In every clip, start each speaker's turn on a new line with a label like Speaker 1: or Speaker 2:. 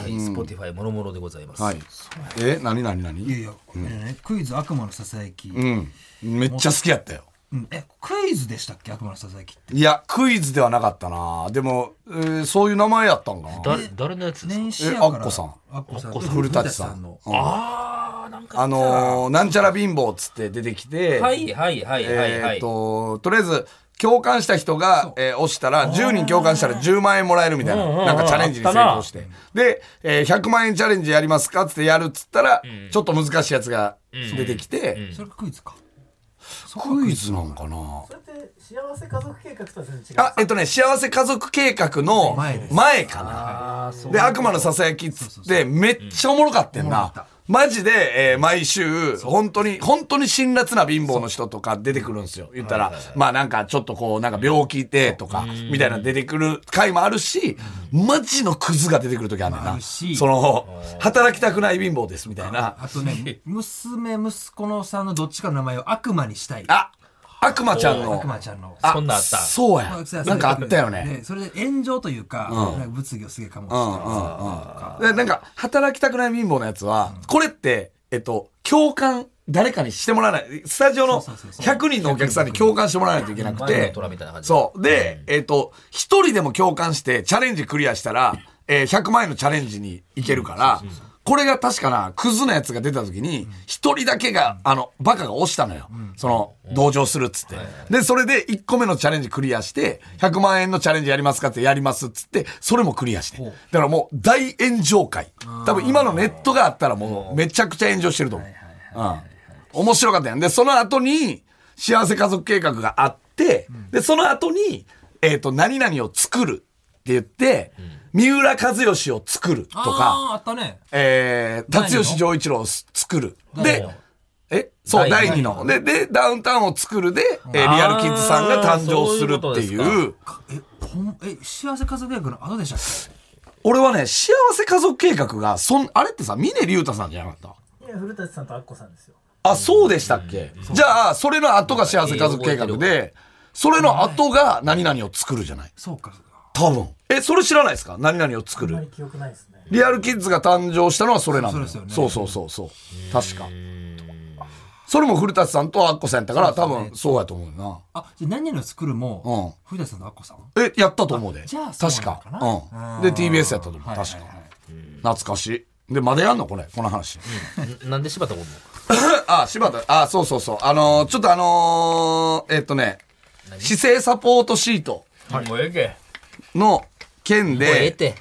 Speaker 1: Spotify もろもろでございます。
Speaker 2: はい。え、なになにない
Speaker 3: やい
Speaker 2: に
Speaker 3: や、ねクイズ悪魔のささやき、う
Speaker 2: うんん。めっちゃ好きやったよ。
Speaker 3: えクイズでしたっけ悪魔のささやきって
Speaker 2: いや、クイズではなかったな。でも、えーそういう名前やったんかな。
Speaker 1: 誰誰のやつですか
Speaker 3: 年始やから
Speaker 2: えアッコさん
Speaker 3: アッコさん
Speaker 1: アッコさん
Speaker 2: 古舘さん
Speaker 3: の。
Speaker 1: あー、なんか
Speaker 2: あのー、なんちゃら貧乏っつって出てきて、
Speaker 1: はいはいはいはいは
Speaker 2: えーっ
Speaker 1: い。
Speaker 2: と、とりあえず、共感した人が、えー押したら、10人共感したら10万円もらえるみたいな、なんかチャレンジに成功して。で、えー100万円チャレンジやりますかっつってやるっつったら、ちょっと難しいやつが出てきて、
Speaker 3: それがクイズか
Speaker 2: クイズなんかな
Speaker 4: それって幸せ家族計画とは全然違う。
Speaker 2: あ、えっとね、幸せ家族計画の前かな。で、悪魔のささやきっつって、めっちゃおもろかったんな。マジで、えー毎週、本当に、本当に辛辣な貧乏の人とか出てくるんですよ。言ったら、まあなんかちょっとこう、なんか病気でとか、みたいな出てくる回もあるし、マジのクズが出てくる時あるんだ
Speaker 3: あ
Speaker 2: な。
Speaker 3: るし
Speaker 2: その、働きたくない貧乏ですみたいな。
Speaker 3: あと ね娘息子のさんのどっちかの名前を悪魔にしたい
Speaker 2: あ、悪魔ちゃんの
Speaker 3: 悪。魔ちゃんの
Speaker 2: あ
Speaker 1: そんなんあった
Speaker 2: そう
Speaker 3: まあそ
Speaker 2: や。
Speaker 3: れ
Speaker 2: なんかあったよね。
Speaker 3: それで炎上というかなんか物議をすげえかもしれない
Speaker 2: でなんか、働きたくない貧乏のやつは、これって、えっと、共感、誰かにしてもらわない。スタジオの
Speaker 3: そうそうそうそう
Speaker 2: 100人のお客さんに共感してもらわないといけなく
Speaker 1: 前
Speaker 2: て
Speaker 1: の虎みたいな感。じ
Speaker 2: そう。で、えっと、一人でも共感して、チャレンジクリアしたら、えー100万円のチャレンジにいけるから、これが確かな、クズなやつが出た時に、一人だけが、あの、バカが押したのよ。その、同情するっつって。で、それで1個目のチャレンジクリアして、100万円のチャレンジやりますかってやりますっつって、それもクリアして。だからもう大炎上会。多分今のネットがあったらもうめちゃくちゃ炎上してると思う。うん。面白かったやん。で、その後に、幸せ家族計画があって、で、その後に、えっ、と、何々を作るって言って、三浦知良を作るとか、
Speaker 3: あーあったね
Speaker 2: えー、
Speaker 3: 第
Speaker 2: 辰
Speaker 3: 二の
Speaker 2: 吉丈一郎をす作る。で、えそう、
Speaker 1: 第
Speaker 2: 第
Speaker 1: 二
Speaker 2: 2の。で、で、ダウンタウンを作るで、えーリアルキッズさんが誕生するって
Speaker 1: あーそうい
Speaker 2: いうう。
Speaker 1: ことで
Speaker 3: えほんえ幸せ家族役の後でしたっけ
Speaker 2: 俺はね、幸せ家族計画が、そん、あれってさ、峰竜太さんじゃなかった
Speaker 4: いや、古舘さんとアッコさんですよ。
Speaker 2: あ、そうでしたっけ、じゃあ、それの後が幸せ家族計画で、それの後が何々を作るじゃない
Speaker 3: そうかそうか
Speaker 2: 多分。え、それ知らないですか何々を作
Speaker 4: あんまり
Speaker 2: る。
Speaker 4: 記憶ないですね。
Speaker 2: リアルキッズが誕生したのはそれなんだよ。
Speaker 3: そうですよね
Speaker 2: そうそうそうそう。確か。それも古舘さんとアッコさんやったから、多分そうやと思うよ
Speaker 3: あじゃあ何々を作るも
Speaker 2: う
Speaker 3: 古田さんとアッコさん
Speaker 2: な。え、やったと思うで。
Speaker 3: じゃあそうな
Speaker 2: 確
Speaker 3: の
Speaker 2: か
Speaker 3: かな。
Speaker 2: うん。で、TBS やったと思う。確か。懐かしい。で、まだやんのこれ、この話。
Speaker 1: んなんで柴田もんの
Speaker 2: あ、柴田、あ、そうそうそう。あのーちょっとあのーえっとね、姿勢サポートシート
Speaker 1: もうええけ。
Speaker 2: の件で、
Speaker 1: もうええって。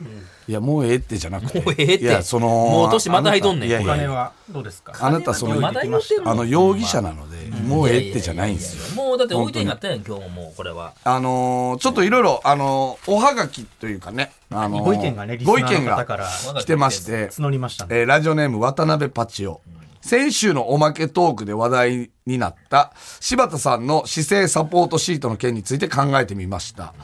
Speaker 2: いや、もうええってじゃなくて。
Speaker 1: もうええって
Speaker 2: いや、その、
Speaker 1: もう年また入っとんねん
Speaker 2: あなたいやい
Speaker 4: あれ
Speaker 2: や
Speaker 4: はどうですか
Speaker 2: あなたその、
Speaker 1: まだ言ってんの
Speaker 2: あの、容疑者なので、もうええってじゃないんですよ。
Speaker 1: よ。もうだって置いてんかったやん、今日ももうこれは。
Speaker 2: あのーちょっといろいろ、あのーおはがきというかね、あのー
Speaker 4: ご意見がねリスナ
Speaker 2: ご意
Speaker 4: ー
Speaker 2: 見
Speaker 4: の
Speaker 2: が
Speaker 4: 方から
Speaker 2: 来てまして、
Speaker 4: 募りましたね。
Speaker 2: えーラジオネーム渡辺パチオ。先週のおまけトークで話題になった柴田さんの姿勢サポートシートの件について考えてみました。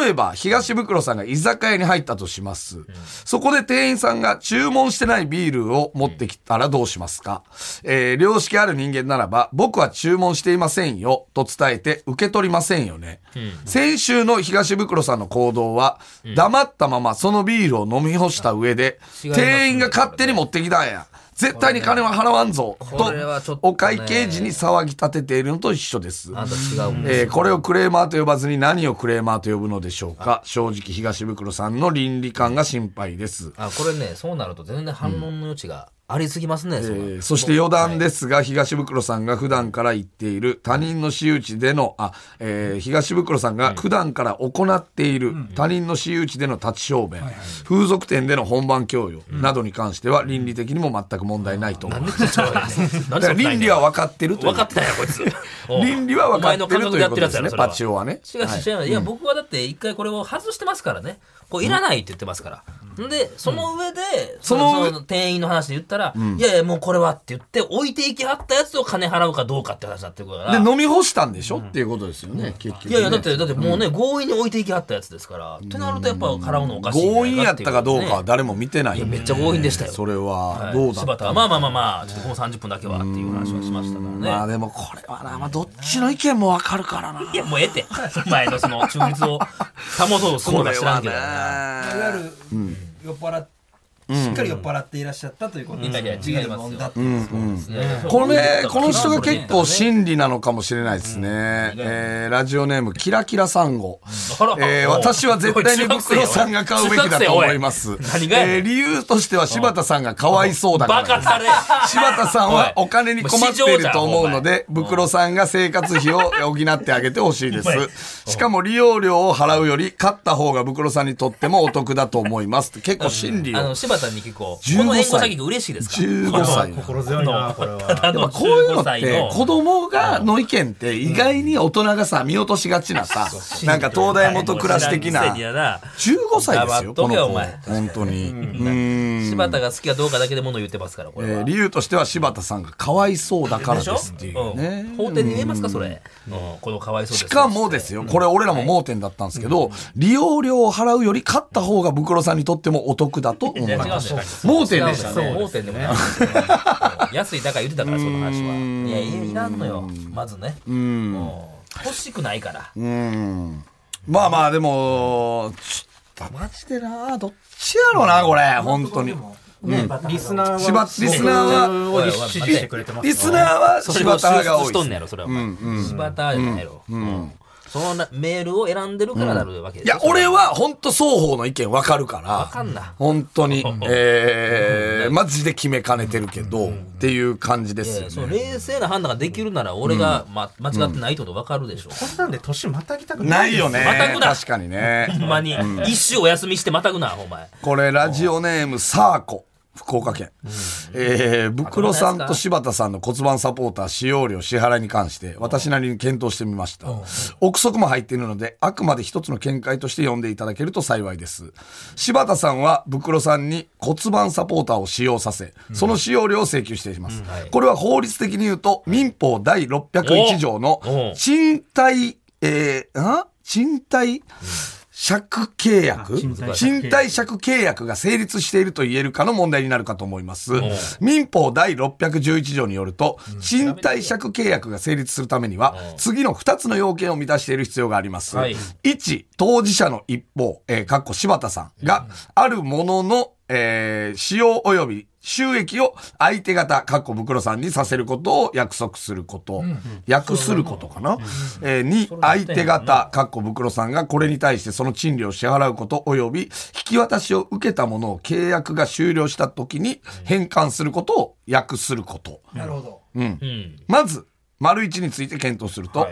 Speaker 2: 例えば東袋さんが居酒屋に入ったとします。そこで店員さんが注文してないビールを持ってきたらどうしますか、えー良識ある人間ならば僕は注文していませんよと伝えて受け取りませんよね。先週の東袋さんの行動は黙ったままそのビールを飲み干した上で
Speaker 1: 違いますね
Speaker 2: 店員が勝手に持ってきたんや。絶対に金は払わんぞ。
Speaker 1: これはちょっとね
Speaker 2: お会計時に騒ぎ立てているのと一緒です。
Speaker 1: あんた違うん
Speaker 2: えーこれをクレーマーと呼ばずに何をクレーマーと呼ぶのでしょうか正直東袋さんの倫理観が心配です。
Speaker 1: あ、これね、そうなると全然反論の余地がありすぎますね、そ
Speaker 2: え
Speaker 1: んな
Speaker 2: ーそして余談ですが、東袋さんが普段から言っている他人の私有地での、あ、えー東袋さんが普段から行っている他人の私有地での立ち小便、風俗店での本番教養などに関しては倫理的にも全く問題ないと思います。
Speaker 1: な ん
Speaker 2: だ
Speaker 1: で
Speaker 2: か
Speaker 1: そ
Speaker 2: ら
Speaker 1: んな
Speaker 2: 倫理は分かってるという
Speaker 1: 分かってたんや、こいつ。おう
Speaker 2: 倫理は分かってるということです
Speaker 1: お前の感覚でやってるや
Speaker 2: ね、
Speaker 1: つやろ
Speaker 2: パチオはね。
Speaker 1: 違う違う、い、や僕はだって一回これを外してますからねこういらないって言ってますから、ん、でその上で、そ
Speaker 2: その
Speaker 1: の
Speaker 2: 上
Speaker 1: その店員の話で言ったら、いやいやもうこれはって言って置いていきはったやつを金払うかどうかって話になってくるから
Speaker 2: で、飲み干したんでしょ、っていうことですよね、結局、ね。
Speaker 1: いやいやだってだってもうね、強引に置いていきはったやつですから、ってなるとやっぱ払うのおかしいんじゃ
Speaker 2: 強
Speaker 1: ない
Speaker 2: 引や
Speaker 1: か
Speaker 2: って
Speaker 1: い
Speaker 2: たかどうかは
Speaker 1: ね
Speaker 2: 誰も見てないよね、
Speaker 1: いやめっちゃ強引でしたよ
Speaker 2: それは
Speaker 1: は、い
Speaker 2: どうだった
Speaker 1: 柴田はまあまあまあまあちょっとこの30分だけはっていう話はしましたからね、
Speaker 2: まあでもこれはな、まあどっちの意見もわかるからな。
Speaker 1: いやもうええってお前のその忠実を保とうとするのか知らんけどな
Speaker 3: あいわゆる酔っ払っしっかり酔っ払っていらっしゃったということで、
Speaker 1: いやいや違いますよ
Speaker 3: ビールも飲んだっていうことですね、
Speaker 2: これ、この人が結構真理なのかもしれないですね。えーラジオネーム、キラキラさんご。えー私は絶対に袋さんが買うべきだと思います。
Speaker 1: 何がやねん
Speaker 2: えー理由としては柴田さんがかわいそうだから
Speaker 1: バ
Speaker 2: で
Speaker 1: カ
Speaker 2: す。
Speaker 1: たれ
Speaker 2: 柴田さんはお金に困っていると思うので、袋さんが生活費を補ってあげてほしいです。しかも利用料を払うより、買った方が袋さんにとってもお得だと思います。結構真理
Speaker 1: あ
Speaker 2: を
Speaker 1: の。柴田に結構
Speaker 2: 15
Speaker 1: この援護射撃嬉しいですか
Speaker 2: 15歳。
Speaker 4: 心強いな、これは。
Speaker 1: あ
Speaker 2: やっぱ
Speaker 1: の
Speaker 2: こういうのっ
Speaker 1: 15歳
Speaker 2: て子供がの意見って意外に大人がさ見落としがちなさなんか東大元暮らし的な15歳ですよこ
Speaker 1: 黙っとけ
Speaker 2: の
Speaker 1: よ
Speaker 2: 子
Speaker 1: お前
Speaker 2: 本当にうん
Speaker 1: 柴田が好きかどうかだけで物言ってますからこ
Speaker 2: え
Speaker 1: れは、
Speaker 2: ー理由としては柴田さんがかわいそうだからですっていうね
Speaker 1: うん法廷に言えますかそれ、うんこのかわいそうです
Speaker 2: しかもですよ、これ俺らも盲点だったんですけど、利用料を払うより買った方が袋さんにとってもお得だと思
Speaker 1: い
Speaker 2: い
Speaker 1: や違うんだ
Speaker 2: ま
Speaker 1: よ
Speaker 2: す。盲点でした
Speaker 1: 違うんだよ
Speaker 2: ね。
Speaker 1: 盲点でもないですよね安い高い言ってたからその話はいやいやいらんのよまずねもう欲しくないから
Speaker 2: うん。まあまあでも、ちょっとマジでな、どっちやろな、これ、本当に。
Speaker 4: ね、リスナーは。
Speaker 2: 柴リスナー
Speaker 1: は
Speaker 4: を支持してくれてます。
Speaker 2: リスナーは柴田派が多
Speaker 1: し
Speaker 2: い
Speaker 1: と
Speaker 2: で
Speaker 1: ん
Speaker 2: す
Speaker 1: ねやろそれはお前柴田じゃないやろうんそのなメールを選んでるからなるわけで
Speaker 2: い
Speaker 1: しょ
Speaker 2: や、俺は本当双方の意見分かるか、
Speaker 1: わからんな
Speaker 2: 本当に、えー、マジで決めかねてるけど、っていう感じで
Speaker 1: いやいや
Speaker 2: す
Speaker 1: そ
Speaker 2: よ
Speaker 1: の
Speaker 2: ね。
Speaker 1: 冷静な判断ができるなら俺がま間違ってないってことわかるでしょ
Speaker 4: こんなんで年またぎたくな。
Speaker 2: ないいよね
Speaker 1: また。ぐな
Speaker 2: 確かに
Speaker 1: ほん
Speaker 2: ね。
Speaker 1: まに一周お休みしてまたぐなお前
Speaker 2: これ、ラジオネーム、サーコ。福岡県。えー、ブクロさんと柴田さんの骨盤サポーター使用料支払いに関して、私なりに検討してみました。憶測も入っているので、あくまで一つの見解として読んでいただけると幸いです。柴田さんは、ブクロさんに骨盤サポーターを使用させ、その使用料を請求しています。これは法律的に言うと、民法第601条の
Speaker 1: お
Speaker 2: 賃貸、えー、ん賃貸借契約賃貸借契約が成立していると言えるかの問題になるかと思います。民法第611条によると、賃貸借契約が成立するためには、次の2つの要件を満たしている必要があります。
Speaker 1: はい
Speaker 2: 1、当事者の一方、えー、かっこ柴田さんが、あるものの、えー使用及び収益を相手方、かっこ袋さんにさせることを約束すること。約することかな。えー、2、相手方、かっこ袋さんがこれに対してその賃料を支払うこと及び引き渡しを受けたものを契約が終了した時に返還することを約すること。
Speaker 3: なるほど
Speaker 1: うん
Speaker 2: まず、丸一について検討すると、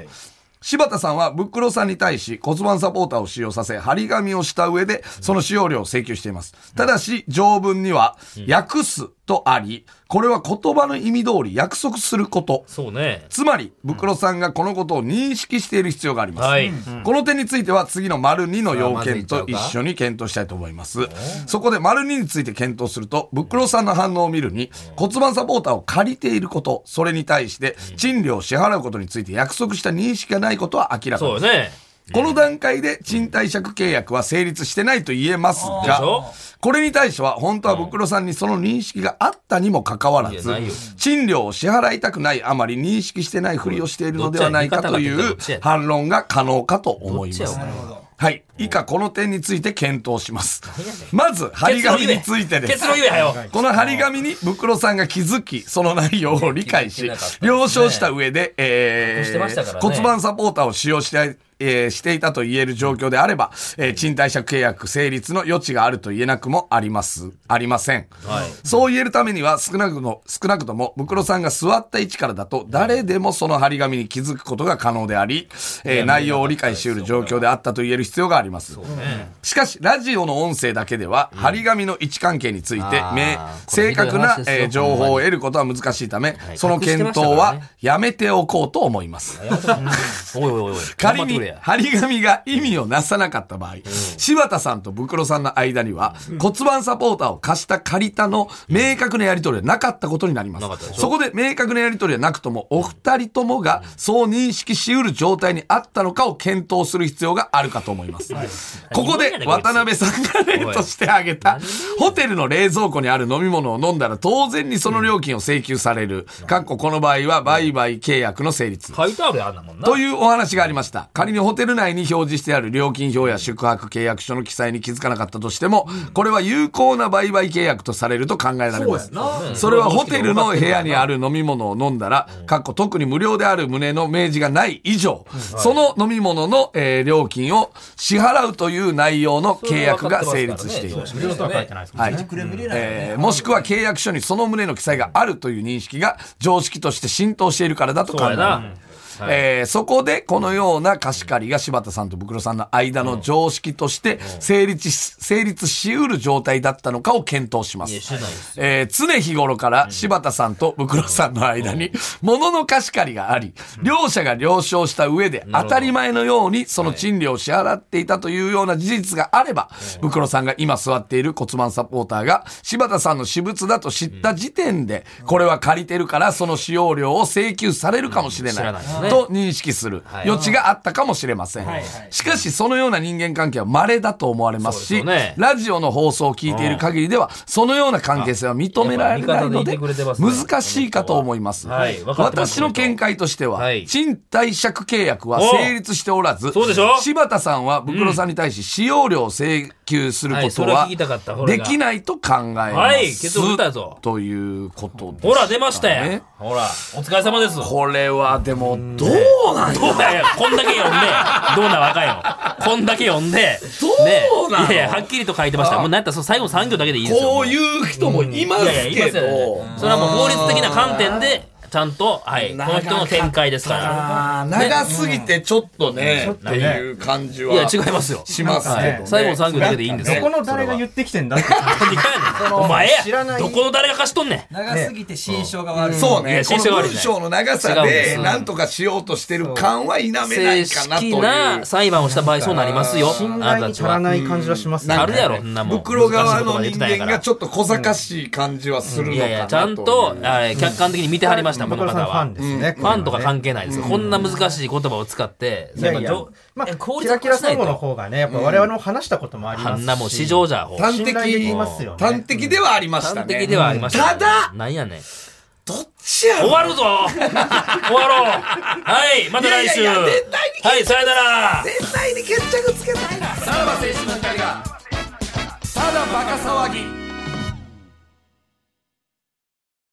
Speaker 2: 柴田さんはブックロさんに対し骨盤サポーターを使用させ、張り紙をした上で、その使用料を請求しています。ただし、条文には、訳すとあり、これは言葉の意味通り約束すること。
Speaker 1: そうね
Speaker 2: つまり、ブクロさんがこのことを認識している必要があります。
Speaker 1: はい
Speaker 2: この点については次の丸2の要件と
Speaker 1: さあまずい
Speaker 2: 一
Speaker 1: っちゃうか
Speaker 2: 緒に検討したいと思います。そこで丸2について検討すると、ブクロさんの反応を見るに、骨盤サポーターを借りていること、それに対して賃料を支払うことについて約束した認識がないことは明らか
Speaker 1: そう
Speaker 2: で
Speaker 1: よ
Speaker 2: す。
Speaker 1: ね
Speaker 2: この段階で賃貸借契約は成立してないと言えます
Speaker 1: でし
Speaker 2: が、
Speaker 1: ょ
Speaker 2: これに対しては本当はブクロさんにその認識があったにもかかわら
Speaker 1: い
Speaker 2: ず
Speaker 1: やないよ、
Speaker 2: 賃料を支払いたくないあまり認識してないふりをしているのではないかとい
Speaker 1: ど
Speaker 2: う
Speaker 1: っちや言い方が
Speaker 2: 反論が可能かと思いま
Speaker 1: どっち
Speaker 2: す
Speaker 1: やお。前
Speaker 2: はい。以下この点について検討します。まず、張り紙についてです。
Speaker 1: 結論言えはよ
Speaker 2: この張り紙に袋さんが気づき、その内容を理解し
Speaker 1: 気づけなかったです、ね
Speaker 2: 了承した上で、え
Speaker 1: 隠してましたから
Speaker 2: ー、
Speaker 1: ね
Speaker 2: 骨盤サポーターを使用して、えーしていたと言える状況であれば、えー賃貸借契約成立の余地があると言えなくもあります、ありません。
Speaker 1: はい
Speaker 2: そう言えるためには少なくとも、少なくとも、袋さんが座った位置からだと、誰でもその張り紙に気づくことが可能であり、えー内容を理解し得る状況であったと言える必要があります。しかし、ラジオの音声だけでは、張り紙の位置関係について、
Speaker 1: あー
Speaker 2: 明
Speaker 1: これ
Speaker 2: 正確な
Speaker 1: ひどい話ですよ
Speaker 2: えー情報を得ることは難しいため
Speaker 1: い、
Speaker 2: その検討
Speaker 1: 隠してましたから
Speaker 2: は
Speaker 1: ね
Speaker 2: やめておこうと思います。
Speaker 1: おいおいおい
Speaker 2: 仮に
Speaker 1: 頑張ってくれや
Speaker 2: 張り紙が意味をなさなかった場合、柴田さんとブクロさんの間には骨盤サポーターを貸した借りたの明確なやり取りはなかったことになりま。
Speaker 1: なかったですしょ
Speaker 2: そこで明確なやり取りはなくとも、お二人ともがそう認識しうる状態にあったのかを検討する必要があるかと思います。ここで渡辺さん が例として挙げた、ホテルの冷蔵庫にある飲み物を飲んだら当然にその料金を請求される。かっここの場合は売買契約の成立。
Speaker 1: 書いてあるやんなもんな
Speaker 2: というお話がありました。仮にホテル内に表示してある料金表や宿泊契約書の記載に気づかなかったとしても、これは有効な売買契約とされると考えられます。それはホテルの部屋にある飲み物を飲んだら、かっこ特に無料である旨の明示がない以上、その飲み物の、えー料金を支払うという内容の契約が成立している。
Speaker 4: 無料とは書いてないですもんね。
Speaker 3: クレーム入れないからね
Speaker 2: えーもしくは契約書にその旨の記載があるという認識が常識として浸透しているからだと考え
Speaker 1: そうや
Speaker 2: られ
Speaker 1: な
Speaker 2: る。えーそこでこのような貸し借りが柴田さんとブクロさんの間の常識として成立し成立しうる状態だったのかを検討しま
Speaker 1: いや、し
Speaker 2: す
Speaker 1: て。ないです。
Speaker 2: えー常日頃から柴田さんとブクロさんの間に物の貸し借りがあり、両者が了承した上で当たり前のようにその賃料を支払っていたというような事実があれば、ブクロさんが今座っている骨盤サポーターが柴田さんの私物だと知った時点で、これは借りてるからその使用料を請求されるかもしれ
Speaker 1: うん知
Speaker 2: な
Speaker 1: ら
Speaker 2: い
Speaker 1: ないですね
Speaker 2: と認識する
Speaker 1: はい
Speaker 2: 余地があったかもしれません。しかしそのような人間関係は稀だと思われますし
Speaker 1: そうですよね、
Speaker 2: ラジオの放送を聞いている限りでは、そのような関係性は認認められないので、
Speaker 1: やっぱ味方でいてくれてますね
Speaker 2: 難しいかと思います。
Speaker 1: はい分かってます
Speaker 2: 私の見解としては、
Speaker 1: はい
Speaker 2: 賃貸借契約は
Speaker 1: お
Speaker 2: 成立しておらず、
Speaker 1: そうでしょ
Speaker 2: 柴田さんはブクロさんに対し使用料を請求する
Speaker 1: は
Speaker 2: こ
Speaker 1: い
Speaker 2: と
Speaker 1: それは
Speaker 2: は
Speaker 1: 聞きたかったほら
Speaker 2: できないと考えます。
Speaker 1: はい結論出たぞ
Speaker 2: ということです、
Speaker 1: ほら、出ましたよ。ほら、お疲れ様です。
Speaker 2: これはでも、どうなんや
Speaker 1: どうだよ、こんだけ読んで、どうなわかんよ。こんだけ読んで、
Speaker 2: どうなの
Speaker 1: ねいやいや、はっきりと書いてました。もうなんやったらその最後の3行だけでいいですよ。
Speaker 2: こう
Speaker 1: も
Speaker 2: いう人もいます
Speaker 1: ういやいや、
Speaker 2: け
Speaker 1: います
Speaker 2: ど
Speaker 1: よ、ね。それはもう法律的な観点で、ちゃんと、はい、この人の見解ですから。
Speaker 2: あー長すぎてちょっとね、
Speaker 4: うん
Speaker 2: っていう感じはい
Speaker 1: や、違いますよ。
Speaker 2: しますけどね、
Speaker 4: なんかね
Speaker 1: 最後の3行だけでいいんです
Speaker 4: ど
Speaker 1: よ。
Speaker 4: この誰が言ってきてんだって。
Speaker 1: 何かやねんお前
Speaker 4: 知らな
Speaker 1: や
Speaker 4: い
Speaker 1: どこの誰が貸しとんねん
Speaker 3: 長すぎて心象が悪い。
Speaker 2: そうね、
Speaker 1: いや
Speaker 2: こ
Speaker 1: 新
Speaker 2: の
Speaker 1: 書がある
Speaker 2: 文
Speaker 1: じゃない
Speaker 2: 章の長さ
Speaker 1: 違うんで
Speaker 2: です何とかしようとしてる感は否めないか
Speaker 1: 正
Speaker 2: なと
Speaker 1: 式
Speaker 2: いう
Speaker 1: な。裁判をした場合そうなりますよ
Speaker 4: 信
Speaker 1: あな
Speaker 4: 頼
Speaker 1: た
Speaker 4: に
Speaker 1: たち
Speaker 4: 足ら
Speaker 1: は
Speaker 4: ない感じがしますね。
Speaker 1: あるやろそんなもん
Speaker 2: 袋側の
Speaker 1: 難しい
Speaker 2: 人
Speaker 1: こと言って
Speaker 2: 間
Speaker 1: たんや
Speaker 2: が
Speaker 1: か
Speaker 2: ちょっと小賢しい感じはする
Speaker 1: ら
Speaker 2: の
Speaker 1: い
Speaker 2: かなとい
Speaker 1: やい
Speaker 2: う
Speaker 1: やちゃんとはい客観的に見てはりましたこ
Speaker 4: ブ
Speaker 1: の
Speaker 4: クロ
Speaker 1: 方
Speaker 4: さんファ
Speaker 1: は
Speaker 4: ンですね。
Speaker 1: ファンとか関
Speaker 4: 係
Speaker 1: 係ないですよこんな難しい言葉を使って
Speaker 4: いやいや
Speaker 1: やっぱど
Speaker 4: ま
Speaker 1: え
Speaker 4: あ、
Speaker 1: 効
Speaker 4: キ
Speaker 1: 率化
Speaker 4: ラキラ
Speaker 1: しない
Speaker 4: 相
Speaker 1: と
Speaker 4: 互の方がね、やっぱ我々も話したこともあり
Speaker 1: あ
Speaker 4: ます
Speaker 1: ん
Speaker 4: し。
Speaker 1: なもう市場じゃほう
Speaker 2: 端
Speaker 4: 信頼でき
Speaker 2: 的、
Speaker 4: ますよね。
Speaker 2: 端的ではありました
Speaker 1: 端
Speaker 2: ね。
Speaker 1: 的ではありました
Speaker 2: ただ、
Speaker 1: なんやねん
Speaker 2: どっちや
Speaker 1: 終
Speaker 2: ろ
Speaker 1: わるぞ終わろうはいまた来週
Speaker 2: いやいやいや絶
Speaker 1: はいさよなら
Speaker 2: 絶対に決着つけたいな。さらば青春の光が、ただバカ騒ぎ。